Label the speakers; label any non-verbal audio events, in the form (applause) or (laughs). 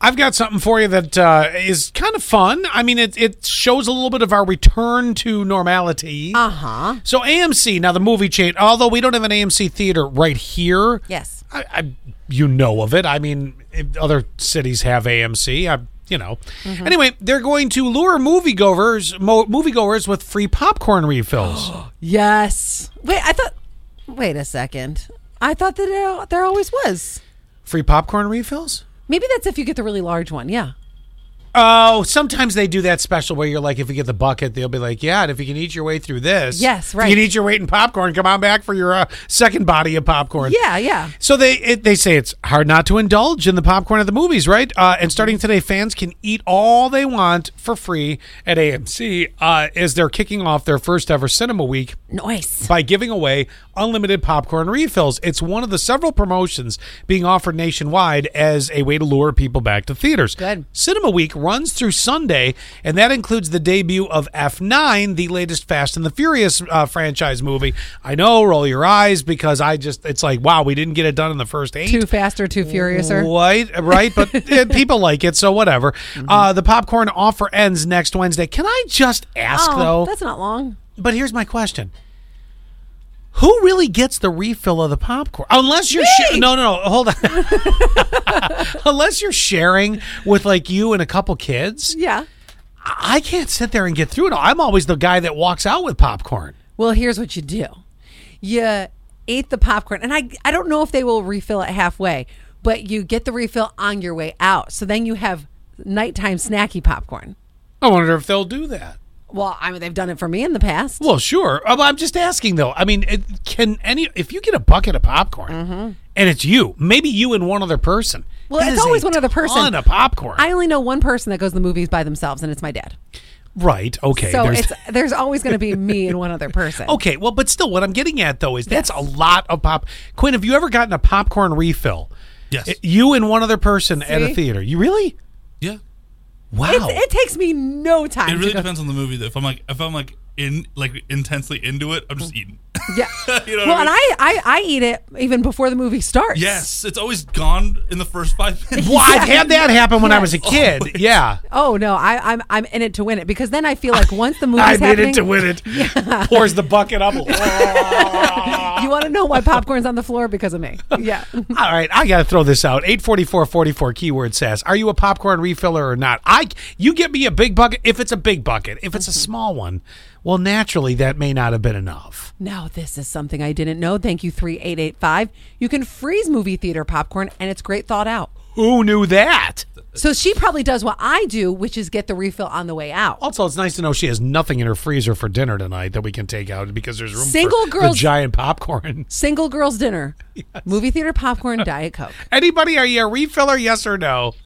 Speaker 1: I've got something for you that uh, is kind of fun. I mean, it, it shows a little bit of our return to normality.
Speaker 2: Uh huh.
Speaker 1: So AMC now the movie chain. Although we don't have an AMC theater right here.
Speaker 2: Yes.
Speaker 1: I, I you know of it. I mean, if other cities have AMC. I you know. Anyway, they're going to lure moviegoers mo- moviegoers with free popcorn refills.
Speaker 2: Yes. Wait, I thought. Wait a second. I thought that there, there always was.
Speaker 1: free popcorn refills?
Speaker 2: Maybe that's if you get the really large one. Yeah.
Speaker 1: Oh, sometimes they do that special where you're like, if you get the bucket, they'll be like, yeah, and if you can eat your way through this,
Speaker 2: Yes,
Speaker 1: if
Speaker 2: right.
Speaker 1: you can eat your weight in popcorn. Come on back for your uh, second body of popcorn.
Speaker 2: Yeah. Yeah.
Speaker 1: So they it, they say it's hard not to indulge in the popcorn at the movies, right? Uh, and starting today, fans can eat all they want for free at AMC uh, as they're kicking off their first ever cinema week
Speaker 2: Nice.
Speaker 1: by giving away unlimited popcorn refills. It's one of the several promotions being offered nationwide as a way to lure people back to theaters.
Speaker 2: Good.
Speaker 1: Cinema Week runs through Sunday, and that includes the debut of F9, the latest Fast and the Furious uh, franchise movie. I know, roll your eyes because I just, it's like, wow, we didn't get it done in the first eight.
Speaker 2: Too fast or too furious or.
Speaker 1: Right, right,
Speaker 2: (laughs)
Speaker 1: but eh, people like it, so whatever.
Speaker 2: Mm-hmm.
Speaker 1: Uh, the popcorn offer ends next Wednesday. Can I just ask
Speaker 2: Oh,
Speaker 1: though?
Speaker 2: that's not long.
Speaker 1: But here's my question. Who really gets the refill of the popcorn? Unless you're sha- no, no, no. Hold on. (laughs) Unless you're sharing with like you and a couple kids,
Speaker 2: Yeah.
Speaker 1: I I can't sit there and get through it all. I'm always the guy that walks out with popcorn.
Speaker 2: Well, here's what you do. You ate the popcorn, and I I don't know if they will refill it halfway, but you get the refill on your way out. So then you have nighttime snacky popcorn.
Speaker 1: I wonder if they'll do that.
Speaker 2: Well, I mean they've done it for me in the past.
Speaker 1: Well, sure. Uh, but I'm just asking though. I mean, it, can any if you get a bucket of popcorn and it's you, maybe you and one other person.
Speaker 2: Mm-hmm. Well,
Speaker 1: that
Speaker 2: it's
Speaker 1: is
Speaker 2: always
Speaker 1: a
Speaker 2: one other person.
Speaker 1: Ton of popcorn.
Speaker 2: I only know one person that goes to the movies by themselves, and it's my dad.
Speaker 1: right. Okay.
Speaker 2: So
Speaker 1: there's- Oh,
Speaker 2: it's there's always going
Speaker 1: (laughs)
Speaker 2: to be me and one other person.
Speaker 1: Okay, well, but still, what I'm getting at though is that's a lot of pop. Quinn, have you ever gotten a popcorn refill?
Speaker 3: Yes.
Speaker 1: I- You and one other person at a
Speaker 2: See?
Speaker 1: theater. You really?
Speaker 3: yeah.
Speaker 1: Wow.
Speaker 2: It's, it takes me no time.
Speaker 3: It
Speaker 2: to
Speaker 3: really
Speaker 2: go-
Speaker 3: depends on the movie. Though. If I'm like, if I'm like in, like intensely into it, I'm just eating.
Speaker 2: (laughs)
Speaker 1: (laughs)
Speaker 2: Yeah.
Speaker 3: You know what
Speaker 2: well,
Speaker 3: I
Speaker 2: and
Speaker 3: mean?
Speaker 2: I, I I eat it even before the movie starts.
Speaker 3: (laughs) yes, it's always gone in the first five minutes.
Speaker 1: well, I've had that happen when I was a kid. yeah.
Speaker 2: Oh no, I, I'm I'm in it to win it because then I feel like
Speaker 1: (laughs)
Speaker 2: once the movie's
Speaker 1: I made
Speaker 2: happening,
Speaker 1: it to win it. Pours the bucket
Speaker 2: (laughs)
Speaker 1: up.
Speaker 2: you want to know why popcorn's on the floor because of
Speaker 1: (laughs)
Speaker 2: me. Yeah.
Speaker 1: All right, I got to throw this out. 84444 keyword says, "Are you a popcorn refiller or not?" I you get me a big bucket if it's a big bucket. If
Speaker 2: Mm-hmm.
Speaker 1: it's a small one, well, naturally that may not have been enough.
Speaker 2: Now this is something I didn't know. Thank you, three eight eight five. You can freeze movie theater popcorn, and it's great thought out.
Speaker 1: Who knew that?
Speaker 2: So she probably does what I do, which is get the refill on the way out.
Speaker 1: Also, it's nice to know she has nothing in her freezer for dinner tonight that we can take out because there's room
Speaker 2: Single
Speaker 1: for
Speaker 2: girls-
Speaker 1: the giant popcorn. (laughs)
Speaker 2: Single girls dinner, movie theater popcorn, diet coke.
Speaker 1: Anybody, are you a refiller? Yes or no?